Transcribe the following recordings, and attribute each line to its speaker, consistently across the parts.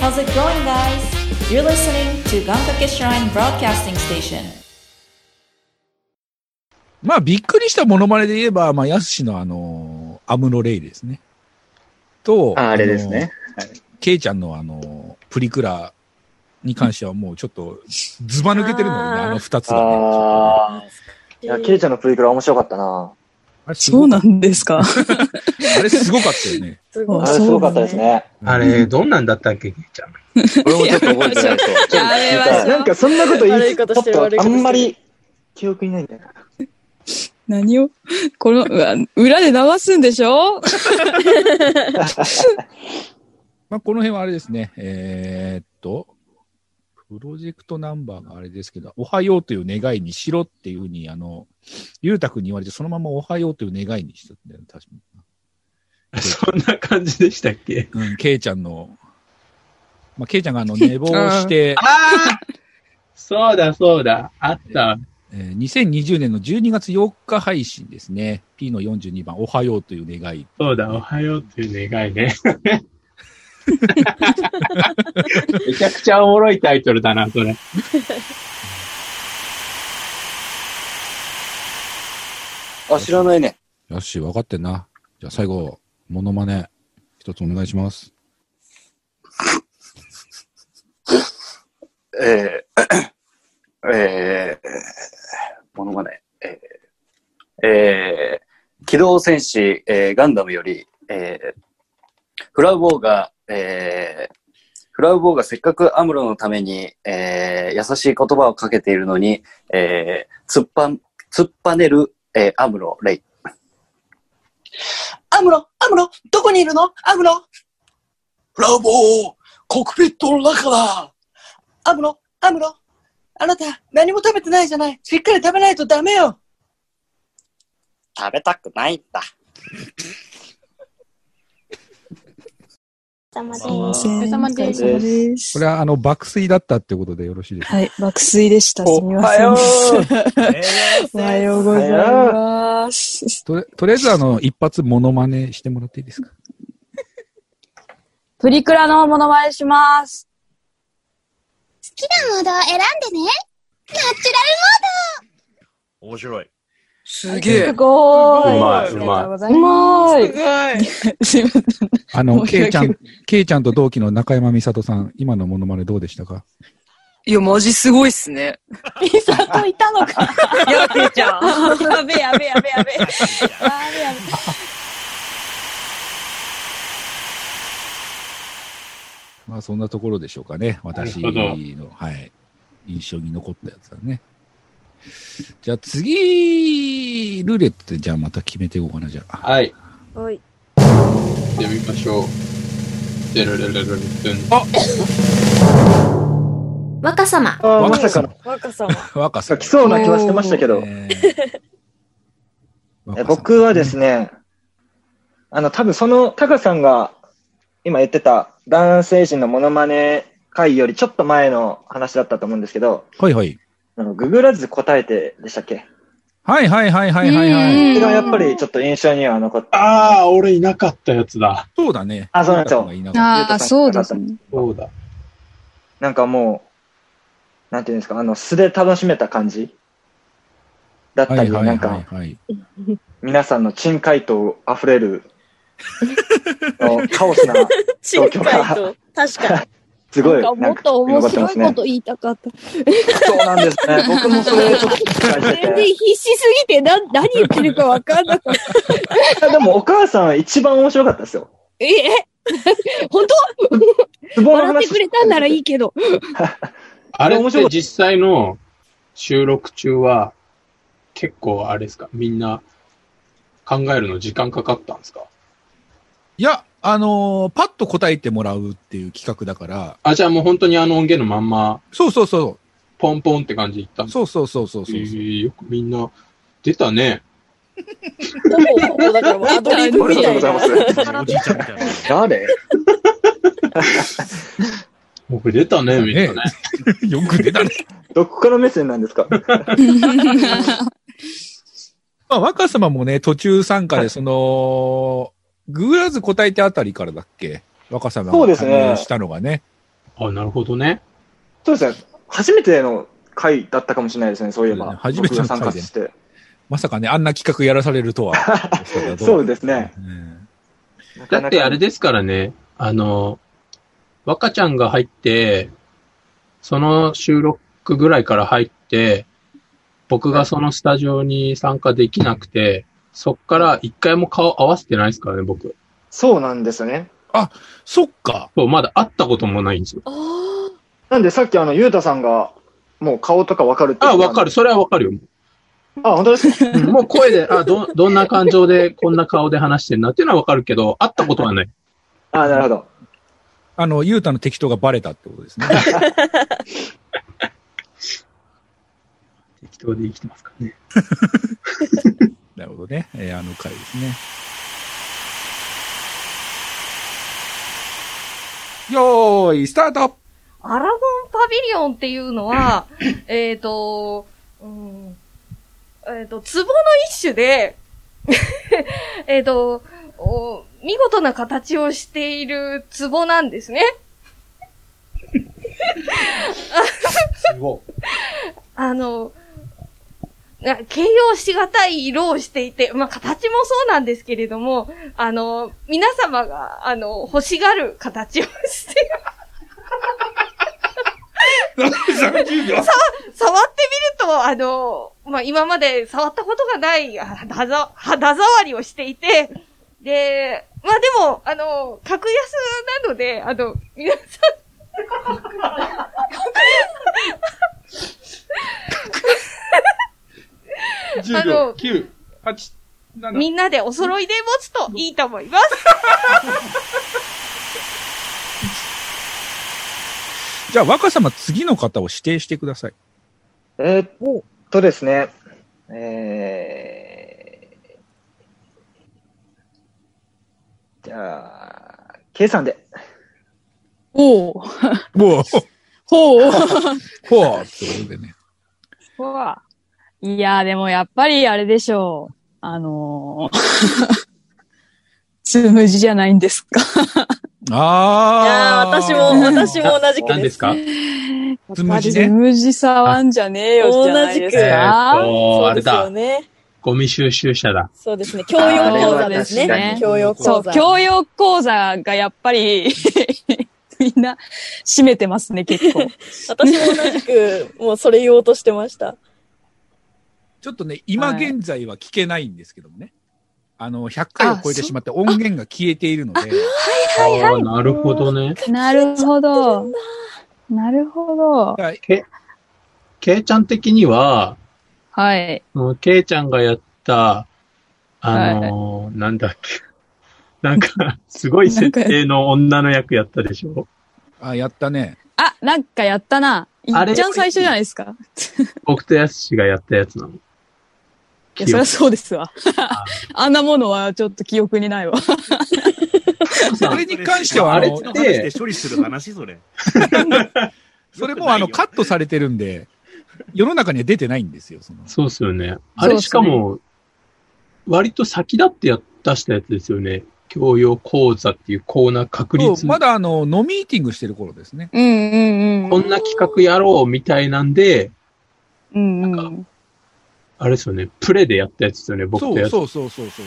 Speaker 1: How's it going, guys? You're listening to Gankake Shrine Broadcasting Station.
Speaker 2: まあ、びっくりしたモノマネで言えば、まあ、やすしのあの、アムロレイですね。と、
Speaker 3: ああれですね。
Speaker 2: の。ケイちゃんのあの、プリクラに関してはもうちょっと、ズバ抜けてるのよね、
Speaker 4: あー
Speaker 2: あの二つが、ね。
Speaker 3: ああ。いや、ケイちゃんのプリクラ面白かったな。
Speaker 2: あれす
Speaker 4: そ
Speaker 2: ご
Speaker 4: う
Speaker 2: かっ
Speaker 4: なんですか。
Speaker 2: たあれすごかったよね。
Speaker 5: すご
Speaker 3: あ
Speaker 5: い
Speaker 3: れすごかったですね。
Speaker 6: あれ、どんなんだったっけ、ケイちゃん。
Speaker 3: 俺もちょっと覚えてないと。ちょっと聞き
Speaker 4: やめまし
Speaker 3: た
Speaker 4: ょう
Speaker 3: い。なんかそんなこと
Speaker 5: 悪
Speaker 3: 言
Speaker 5: い
Speaker 3: い、ち
Speaker 5: こと
Speaker 3: ょ
Speaker 5: してる
Speaker 3: っ
Speaker 5: 悪
Speaker 3: と
Speaker 5: い
Speaker 3: あ
Speaker 5: ことしてる
Speaker 3: んまり記憶にないんだよな。
Speaker 4: 何を、この、うわ裏で流すんでしょ
Speaker 2: まあ、この辺はあれですね。えーっと、プロジェクトナンバーがあれですけど、おはようという願いにしろっていうふうに、あの、ゆうたくんに言われて、そのままおはようという願いにしたんだよね、確かに。
Speaker 6: そんな感じでしたっけ
Speaker 2: うん、ケイちゃんの、まあ、ケイちゃんがあの、寝坊 して、
Speaker 6: ああそうだそうだ、あった。
Speaker 2: えー2020年の12月4日配信ですね。P の42番、おはようという願い。
Speaker 6: そうだ、おはようっていう願いね。めちゃくちゃおもろいタイトルだな、それ。
Speaker 3: あ、知らないね。
Speaker 7: よし、分かってんな。じゃあ最後、モノマネ、一つお願いします。
Speaker 3: えー、えー、ものまね。えー、えー、機動戦士、えー、ガンダムより、えー、フラウボーが、えー、フラウボーがせっかくアムロのために、えー、優しい言葉をかけているのに、えー、突っぱん、突っぱねる、えー、アムロ、レイ。アムロアムロどこにいるのアムロフラウボーコックピットの中だアムロ、アムロ、あなた、何も食べてないじゃない。しっかり食べないとダメよ。食べたくないんだ。
Speaker 4: お疲れ様
Speaker 3: です
Speaker 4: です
Speaker 7: これは、あの、爆睡だったってことでよろしいですか
Speaker 4: はい、爆睡でした。すみません。
Speaker 3: お
Speaker 4: お
Speaker 3: はよ
Speaker 4: はようございます。
Speaker 7: とりとりあえず、あの、一発モノマネしてもらっていいですか
Speaker 8: プリクラのモノマネします。
Speaker 9: 好きなモードを選んでね。ナチュラ
Speaker 10: 面白い。
Speaker 4: す
Speaker 8: すごーい。
Speaker 6: うまい
Speaker 8: ありがとうございうま。
Speaker 4: ますい。すみません。
Speaker 7: あの、
Speaker 4: 申し
Speaker 7: ケ
Speaker 4: 訳
Speaker 7: イちゃん、ケイちゃんと同期の中山美里さん、今のモノマネどうでしたか
Speaker 4: いや、マジすごいっすね。
Speaker 8: ピザといたのか。やべえじゃん。やべえやべえやべえやべえ。やべえやべえ。
Speaker 2: まあ、そんなところでしょうかね。私
Speaker 6: なる
Speaker 2: の、はい、印象に残ったやつだね。じゃあ次、ルーレットで、じゃあまた決めていこうかな、じゃあ。
Speaker 6: はい。
Speaker 5: おい。
Speaker 6: 行ってみましょう。でるるるるるるん
Speaker 9: 若様。
Speaker 3: あーまさ
Speaker 2: さ
Speaker 3: か
Speaker 5: 若様。
Speaker 2: 若さ。
Speaker 3: 来そうな気はしてましたけど、
Speaker 2: えー
Speaker 3: え僕はですね、あの、多分その、タカさんが今言ってた男性陣のモノマネ回よりちょっと前の話だったと思うんですけど、
Speaker 2: はいはい。
Speaker 3: あのググらず答えてでしたっけ
Speaker 2: はいはいはいはいはいはい。
Speaker 3: それがやっぱりちょっと印象には残って、
Speaker 6: ああ、俺いなかったやつだ。
Speaker 2: そうだね。
Speaker 3: あそうなんですよ
Speaker 2: ゆうたくんがいなかっ。
Speaker 4: ああ、そうですね。
Speaker 6: そうだ。
Speaker 3: なんかもう、なんていうんですか、あの、素で楽しめた感じだったた
Speaker 2: はい
Speaker 3: り、
Speaker 2: は
Speaker 3: ないん
Speaker 2: はい、
Speaker 3: か
Speaker 2: はい。
Speaker 3: 皆さんの珍回答あふれる あのカオスな、
Speaker 5: チンカイと。確かに。
Speaker 3: すごい、なん
Speaker 4: もっ
Speaker 3: か
Speaker 4: と
Speaker 3: よか
Speaker 4: 面
Speaker 3: った
Speaker 4: 白
Speaker 3: で
Speaker 4: い
Speaker 3: す
Speaker 4: こ
Speaker 3: ね
Speaker 4: と。言いたかった。
Speaker 3: そうなんですね。僕もそれちょっと期待して
Speaker 4: 全然
Speaker 3: て。い
Speaker 4: 必死すぎて、な、何言ってるかわかんなかった。
Speaker 3: や、 でもお母さんは一番面白かったですよ。
Speaker 4: え、え、 本当
Speaker 3: ツボの
Speaker 4: 笑っ
Speaker 3: 話
Speaker 4: てくれたんならいいけど。
Speaker 6: あれって実際の収録中は、結構あれですか、みんな考えるの時間かかったんですか
Speaker 2: いや、あのーパッと答えてもらうっていう企画だから、
Speaker 6: あ、じゃあもう本当にあの音源のまんま、
Speaker 2: そうそうそ
Speaker 6: ポンポンって感じでいったん
Speaker 2: う、
Speaker 6: です
Speaker 2: そうそうそうそう
Speaker 6: え
Speaker 2: そうそう。
Speaker 6: ーよくみんな、出たね。
Speaker 5: ほぼ、だからもうアドリブみ たいな。
Speaker 3: ありがとうござい
Speaker 10: おじいちゃんみたいな。
Speaker 3: 誰
Speaker 6: 僕出たね、みんな
Speaker 2: ね
Speaker 6: ね。
Speaker 2: よく出たね。
Speaker 3: どこから目線なんですか
Speaker 2: まあ、若様もね、途中参加で、その、グーラーズ答えてあたりからだっけ若様が
Speaker 3: そうですね
Speaker 2: 加入したのがね。
Speaker 6: あ、なるほどね。
Speaker 3: そうですね。初めての回だったかもしれないですね、そういえば。
Speaker 2: 初めての
Speaker 3: 僕が
Speaker 2: 回
Speaker 3: 参
Speaker 2: で
Speaker 3: 加して。
Speaker 2: まさかね、あんな企画やらされる とは。
Speaker 3: そうですね。
Speaker 6: だってあれですからね、あの、若ちゃんが入って、その収録ぐらいから入って、僕がそのスタジオに参加できなくて、そっから一回も顔合わせてないですからね、僕。
Speaker 3: そうなんですよね。
Speaker 2: あ、そっか。
Speaker 6: そう、まだ会ったこともないんですよ。
Speaker 3: なんでさっきあの、ゆうたさんが、もう顔とかわかるって
Speaker 6: あ、わかる。それはわかるよ。
Speaker 3: あ、本当ですか
Speaker 6: もう声で、あ、 ど、どんな感情で、こんな顔で話してるなっていうのはわかるけど、会ったことはない。
Speaker 3: あ、なるほど。
Speaker 2: あの、ゆうたの適当がバレたってことですね。
Speaker 6: 適当で生きてますからね。
Speaker 2: なるほどね。えーあの回ですね。よーい、スタート
Speaker 5: アラゴンパビリオンっていうのは、えっと、うん、えっ、と、壺の一種で、 えっと、お見事な形をしている壺なんですね。 あの、な形容しがたい色をしていて、まあ、形もそうなんですけれども、あの、皆様が、あの、欲しがる形をしている。
Speaker 11: 30秒
Speaker 5: さ触ってみると、あの、まあ、今まで触ったことがないあ肌ざ肌触りをしていて、で、まあ、でも、あの、格安なので、あの、皆さん、
Speaker 11: 10
Speaker 5: あ
Speaker 11: 秒、
Speaker 5: の
Speaker 11: 9、8、7。
Speaker 5: みんなでお揃いで持つといいと思います。
Speaker 2: じゃあ、若様、次の方を指定してくださ い。
Speaker 3: えーっとですね、えー、じゃあ、K さんで。
Speaker 4: おう。
Speaker 2: もう、
Speaker 4: ほう。
Speaker 2: ほうってことでね。
Speaker 4: ほわ。 いやー、でもやっぱりあれでしょう。あのー、 つむじじゃないんですか。
Speaker 2: あ
Speaker 4: ーいやー私も私も同じくです
Speaker 6: 何ですか
Speaker 4: つむじね。つむじ触んじゃねえよ、じゃないです
Speaker 6: えー
Speaker 4: か
Speaker 6: っ。と、あ
Speaker 12: そうで
Speaker 6: れ
Speaker 12: す
Speaker 6: だ
Speaker 12: よ。ね。
Speaker 6: ゴミ収集車だ。
Speaker 12: そうですね。教養講座です
Speaker 4: あれは確か
Speaker 12: ね
Speaker 4: に。
Speaker 12: 教養
Speaker 4: そ
Speaker 12: 講
Speaker 4: う、
Speaker 12: 座。
Speaker 4: 教養講座がやっぱり、 みんな、占めてますね、結構。
Speaker 12: 私も同じく、もうそれ言おうとしてま した。
Speaker 2: ちょっとね、今現在は聞けないんですけどもね。あの、100回を超えてしまって音源が消えているので。
Speaker 6: ああ、なるほどね。
Speaker 4: なるほど。なるほど。
Speaker 6: け、けいちゃん的には、
Speaker 4: はい。
Speaker 6: もうけいちゃんがやった、あのーなんだっけ。 なんか、すごい設定の女の役やったでしょ
Speaker 2: あ、やったね。
Speaker 4: あ、なんかやったな。い
Speaker 6: あれ
Speaker 4: っちゃん最初じゃないですか。
Speaker 6: 僕とやすしがやったやつなの。
Speaker 4: いや、そりゃそうですわ。 あんなものはちょっと記憶にないわ。
Speaker 2: それに関しては、
Speaker 13: あれ
Speaker 2: の
Speaker 13: の話で処理する話、それ。
Speaker 2: それもあの、カットされてるんで、世の中には出てないんですよ。その
Speaker 6: そうっすよね。あ
Speaker 2: そうっすね
Speaker 6: れしかも、割と先だってやっ出したやつですよね。教養講座っていうコーナー確
Speaker 2: そ
Speaker 6: 立。
Speaker 2: うまだあの、ノミーティングしてる頃ですね。
Speaker 4: うんうんうん。
Speaker 6: こんな企画やろうみたいなんで、
Speaker 4: うんうん。
Speaker 6: あれですよね、プレでやったやつですよね、僕とやつ。
Speaker 2: そうそうそうそうそうそ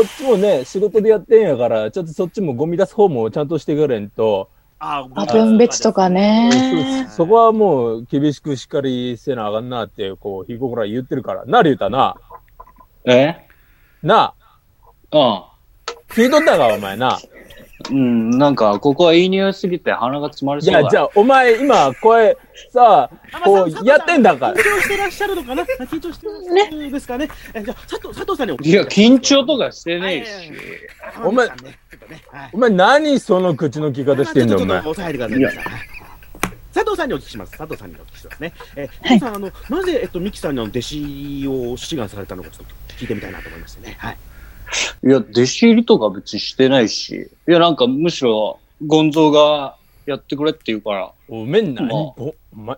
Speaker 2: う。
Speaker 14: こっちもね、仕事でやってんやから、ちょっとそっちもゴミ出す方もちゃんとしてくれんと、
Speaker 13: あ
Speaker 15: あ、分別とかね。
Speaker 14: そこはもう厳しくしっかりせなあかんなって、こう、日頃から言ってるから。な、りゅうたな。えなあ。うん。聞いとったか、お前な。
Speaker 16: うん、なんか、ここは言い匂いすぎて鼻が詰まり
Speaker 14: い
Speaker 16: そうだ。
Speaker 14: や、じゃあ、お前今、声、さあ、こう、やってんだから
Speaker 11: 緊。張してらっしゃるのかな緊張してるですかね。えじゃあ、佐藤、佐藤さんにお聞き
Speaker 16: いや、緊張とかしてねえし。
Speaker 14: お前、お前何その口の利き方してんだ、お前。
Speaker 11: ちょっとちょっと抑えてください皆さん佐藤さんにお聞きします。佐藤さんにお聞きしますね。えー、佐藤さん、あの、なぜ、えっと、ミキさんの弟子を志願されたのか、ちょっと聞いてみたいなと思いましてね。はい。
Speaker 16: いや、弟子入りとか別にしてないし。いや、なんか、むしろ、ゴンゾーがやってくれって言うから。
Speaker 14: おめんな、お前。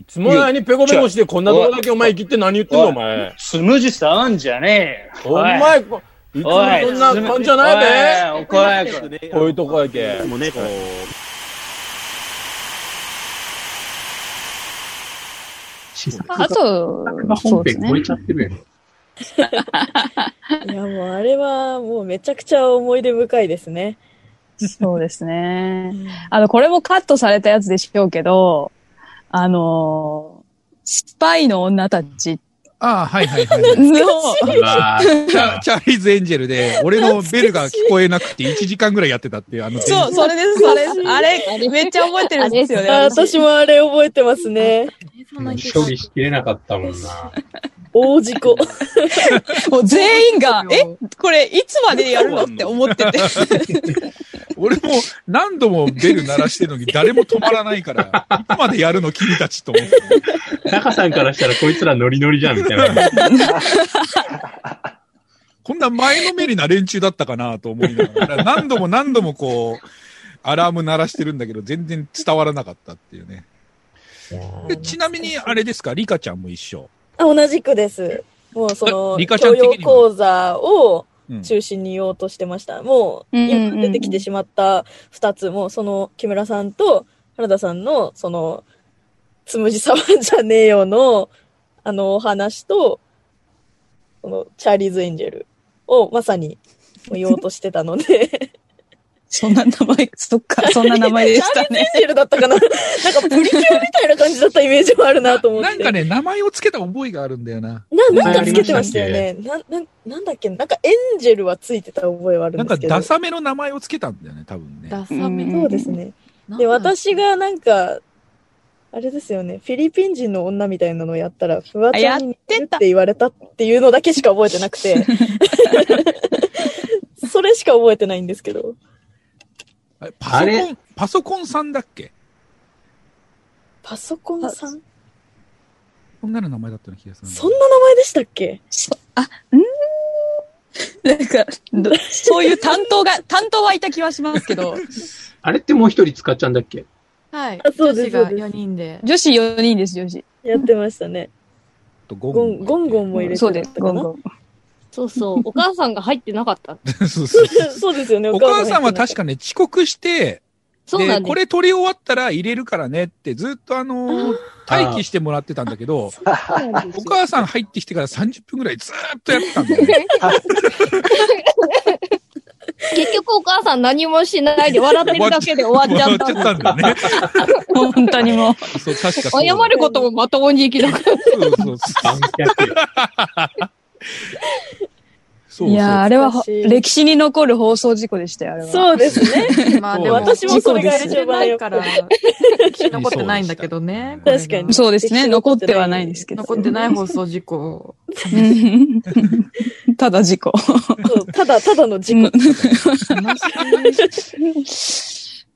Speaker 14: いつも
Speaker 16: いや
Speaker 14: の間にペコペコしてこんなとこだけお前切って何言ってんのお前。
Speaker 16: つむじ触んじゃねえよ。
Speaker 14: お
Speaker 16: おい
Speaker 14: 前、こ
Speaker 17: いつもそんな感じじゃないべ。
Speaker 16: おいおい
Speaker 17: こういうとこやけ。
Speaker 18: もね、こう。
Speaker 4: あと、そうですね。
Speaker 6: てるやん。
Speaker 5: いや、もうあれはもうめちゃくちゃ思い出深いですね。
Speaker 4: そうですね。あの、これもカットされたやつでしょうけど、あのースパイの女たち
Speaker 2: ああ、はいはいはい。うわー チャチャーリーズ・エンジェルで、俺のベルが聞こえなくて1時間ぐらいやってたっていう、あの、
Speaker 4: そう、それです、それ。あれ、めっちゃ覚えてるんですよね。
Speaker 5: あ 私もあれ覚えてますね。
Speaker 6: 処理しきれなかったもんな。
Speaker 5: 大事故。
Speaker 4: もう全員が、え、これいつまでやるのって思ってて。
Speaker 2: 俺も何度もベル鳴らしてるのに誰も止まらないから、いつまでやるの君たちと思って。
Speaker 6: 中さんからしたらこいつらノリノリじゃん、みたいな。
Speaker 2: こんな前のめりな連中だったかなと思いながら、何度も何度もこう、アラーム鳴らしてるんだけど、全然伝わらなかったっていうね。でちなみに、あれですか、リカちゃんも一緒。
Speaker 5: あ同じくです。もうその、
Speaker 2: リカちゃん的には
Speaker 5: 教養講座を中心に言おうとしてました。もう、
Speaker 4: うんうんうん
Speaker 5: 今出てきてしまった二つも、その、木村さんと原田さんの、その、つむじさまじゃねえよの、あの、お話と、その、チャーリーズ・エンジェルをまさに言おうとしてたの で。
Speaker 4: そんな名前、そっか、そんな名前でし
Speaker 5: チ
Speaker 4: たね。
Speaker 5: ャーリーズ・エンジェルだったかななんかプリキュアみたいな感じだったイメージもある なと思って。
Speaker 2: なんかね、名前をつけた覚えがあるんだよな。
Speaker 5: な、なんかつけてましたよね。な、な、なんだっけなんかエンジェルはついてた覚えはある
Speaker 2: なんんか
Speaker 5: ですけど。
Speaker 2: ダサめの名前をつけたんだよね、多分ね。
Speaker 5: ダサめ。そうですね。で、私がなんか、あれですよね、フィリピン人の女みたいなのをやったら、フワちゃんに似てるって言われたっていうのだけしか覚えてなくて。それしか覚えてないんですけど。
Speaker 2: パソコン、パソコンさんだっけ
Speaker 5: パソコンさん
Speaker 2: こんなの名前だったような気がするんだ
Speaker 5: そんな名前でしたっけ
Speaker 4: なんか、どそういう担当 が、担当はいた気はしますけど、
Speaker 6: あれってもう一人使っちゃうんだっけ
Speaker 19: はい。
Speaker 5: そう
Speaker 19: 女
Speaker 5: です
Speaker 19: 子が4人で。
Speaker 4: 女子4人です、女子。
Speaker 5: やってましたね。
Speaker 2: ゴ
Speaker 5: ンゴンゴンも入れて
Speaker 19: そう
Speaker 5: です、ゴンゴ
Speaker 19: そうそう。お母さんが入ってなかった。
Speaker 2: そうそうそう
Speaker 5: ン。そうですよね、
Speaker 2: お母さんは確かね、遅刻して、
Speaker 19: そうなんです
Speaker 2: これ取り終わったら入れるからねって、ずっとあのー待機してもらってたんだけど、お母さん入ってきてから30分ぐらいずーっとやってたんだよね。
Speaker 19: 結局お母さん何もしないで笑ってるだけで終わっちゃった。
Speaker 2: 終わっちゃったんだよね。
Speaker 4: 本当にも
Speaker 2: う。そう、確かそう。
Speaker 19: 謝ることもまともに生きなかった。
Speaker 2: そうそうそう。そうそう
Speaker 4: いやーあれはほ歴史に残る放送事故でしたよ、あれは。
Speaker 5: そうですね
Speaker 19: まあ
Speaker 4: そう
Speaker 19: でも、
Speaker 4: 私もそれが
Speaker 19: 事故です
Speaker 4: 一番よく
Speaker 19: ないから、残ってないんだけどね。
Speaker 4: 確かに。そうですね。残ってはないですけど。
Speaker 19: 残ってない放送事故。
Speaker 4: うん ただ事故。
Speaker 5: ただ、ただの事故。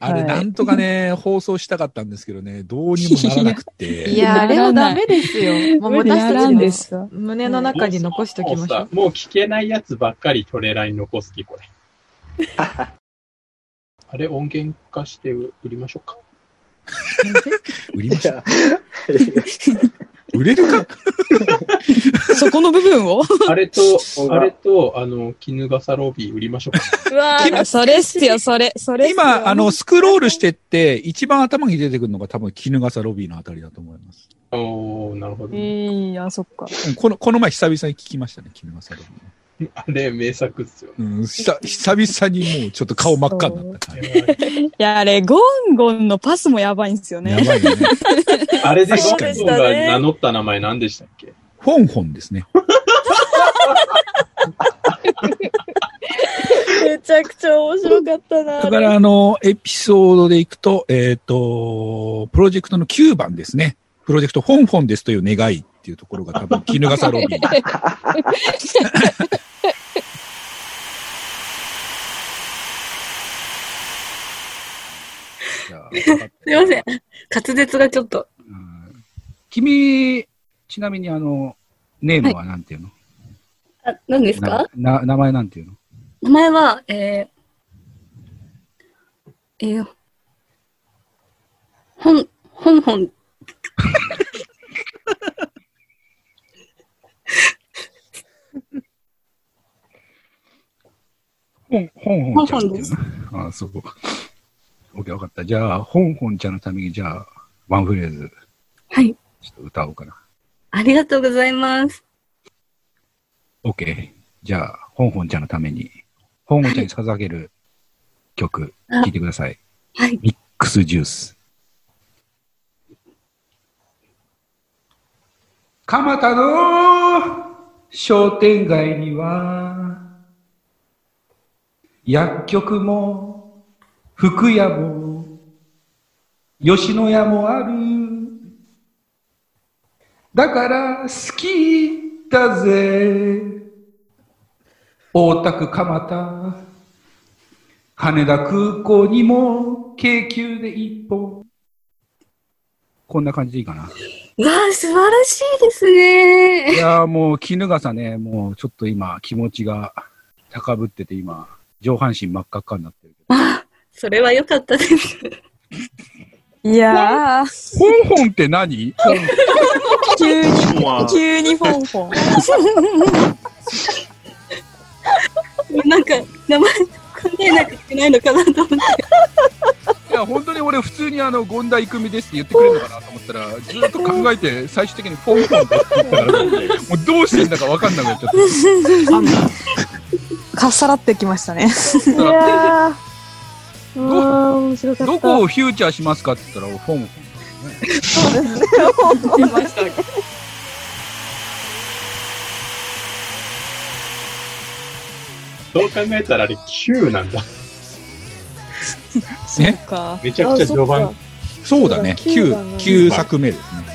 Speaker 2: あれ、なんとかね、放送したかったんですけどね、どうにもならなくて。
Speaker 19: いや、あれはダメですよ。もう
Speaker 4: 無理
Speaker 19: 私
Speaker 4: やらんで
Speaker 19: た
Speaker 4: す
Speaker 19: ちの胸の中に残しておきましょ
Speaker 6: さ
Speaker 19: う。
Speaker 6: もう聞けないやつばっかりトレーラーに残す気、これ。あれ、音源化して売りましょうか。
Speaker 2: 売りました。売れるか
Speaker 4: そこの部分を
Speaker 6: あれと、あれと、あの、絹笠ロビー売りましょうか。
Speaker 4: うわそれっすよ、それ、それっすよ。
Speaker 2: 今、あの、スクロールしてって、一番頭に出てくるのが多分、衣笠ロビーのあたりだと思います。
Speaker 6: おー、なるほど。
Speaker 4: いい、あ、そっか。
Speaker 2: うんこの、この前久々に聞きましたね、衣笠ロビー。
Speaker 6: あれ、名作っすよ。
Speaker 2: うん、久久々にもうちょっと顔真っ赤になった感じ。
Speaker 4: いや、あれ、ゴンゴンのパスもやばいんですよね。
Speaker 2: やばいね
Speaker 6: あれで、
Speaker 4: そ
Speaker 6: ゴ
Speaker 4: うでし
Speaker 6: ン
Speaker 4: た
Speaker 6: が
Speaker 4: ね
Speaker 6: 名乗った名前何でしたっけ
Speaker 2: フォンホンですね。
Speaker 5: めちゃくちゃ面白かったな。
Speaker 2: だから、あの、エピソードでいくと、えっ、と、プロジェクトの9番ですね。プロジェクト、フォンフォンですという願いっていうところが多分、衣笠 ロビー。
Speaker 20: すいません。滑舌がちょっと。
Speaker 21: 君、ちなみにあの、ネームはなんていうの、
Speaker 20: あ、何ですか
Speaker 21: なな名前なんていうの
Speaker 20: 名前は、えー、えー、ほん、ほんほん。
Speaker 2: 本、本本ちゃんっ
Speaker 5: 本
Speaker 2: て
Speaker 5: で
Speaker 2: いう
Speaker 5: す
Speaker 2: の。ああ、そう。オッケー、わかった。じゃあ、本本ちゃんのために、じゃあ、ワンフレーズ、
Speaker 5: はい。
Speaker 2: ちょっと歌おうかな。
Speaker 5: ありがとうございます。
Speaker 2: オッケー。じゃあ、本本ちゃんのために、本本ちゃんに捧げる曲、
Speaker 5: あ
Speaker 2: 聴いてください。
Speaker 5: はい。
Speaker 2: ミックスジュース。
Speaker 22: 蒲田の商店街には、薬局も、服屋も、吉野家もある。だから好きだぜ。大田区蒲田、羽田空港にも、京急で一本。
Speaker 2: こんな感じでいいかな。
Speaker 5: わあ、素晴らしいですね。
Speaker 2: いやーもう、絹笠ね、もうちょっと今、気持ちが高ぶってて、今、上半身真っ赤っかになってる。
Speaker 5: それは良かったです。
Speaker 4: いやー。
Speaker 2: 本本って何
Speaker 4: 急に
Speaker 2: わ、
Speaker 4: 急にフォンフォン。
Speaker 5: なんか、名前考えなきゃいけないのかなと思って。
Speaker 2: いや、本当に俺、普通にあの、権田育美ですって言ってくれるのかなと思ったら、ずっと考えて、最終的にポンポンって言ったから、もうどうしていいんだか分かんなくなっちゃっ
Speaker 4: かっさらってきました
Speaker 2: い
Speaker 4: ね。
Speaker 2: や
Speaker 4: ー。うわー、面白か
Speaker 2: た。
Speaker 4: った。
Speaker 2: どこをフューチャーしますかって言ったら、フォンフォン。
Speaker 4: そうですね。
Speaker 6: どう考えたらあれ9なんだ。
Speaker 4: そっか。
Speaker 6: めちゃくちゃ序盤
Speaker 4: あ。
Speaker 2: そうだね、
Speaker 4: そうだ
Speaker 2: 9、
Speaker 4: 9
Speaker 2: 9作目ですね。